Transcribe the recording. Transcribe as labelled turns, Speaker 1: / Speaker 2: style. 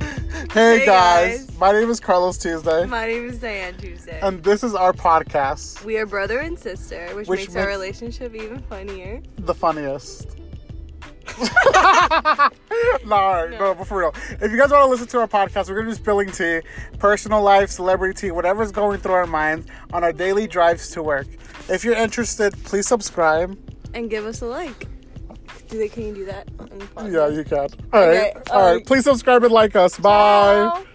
Speaker 1: Hey,
Speaker 2: Hey,
Speaker 1: guys.
Speaker 2: guys.
Speaker 1: my name is Carlos Tuesday,
Speaker 2: My name is Diane Tuesday.
Speaker 1: and this is our podcast,
Speaker 2: we are brother and sister, which,
Speaker 1: Which
Speaker 2: makes our
Speaker 1: makes-
Speaker 2: relationship even funnier.
Speaker 1: the funniest. no, no, no, but for real. If you guys want to listen to our podcast, we're gonna be spilling tea, personal life, celebrity tea, whatever's going through our minds on our daily drives to work. If you're interested, please subscribe.
Speaker 2: And give us a like. Do they? Can you do that? on the podcast?
Speaker 1: Yeah, you can. All right,
Speaker 2: Okay,
Speaker 1: all
Speaker 2: um,
Speaker 1: right. Please subscribe and like us. Bye.
Speaker 2: Ciao.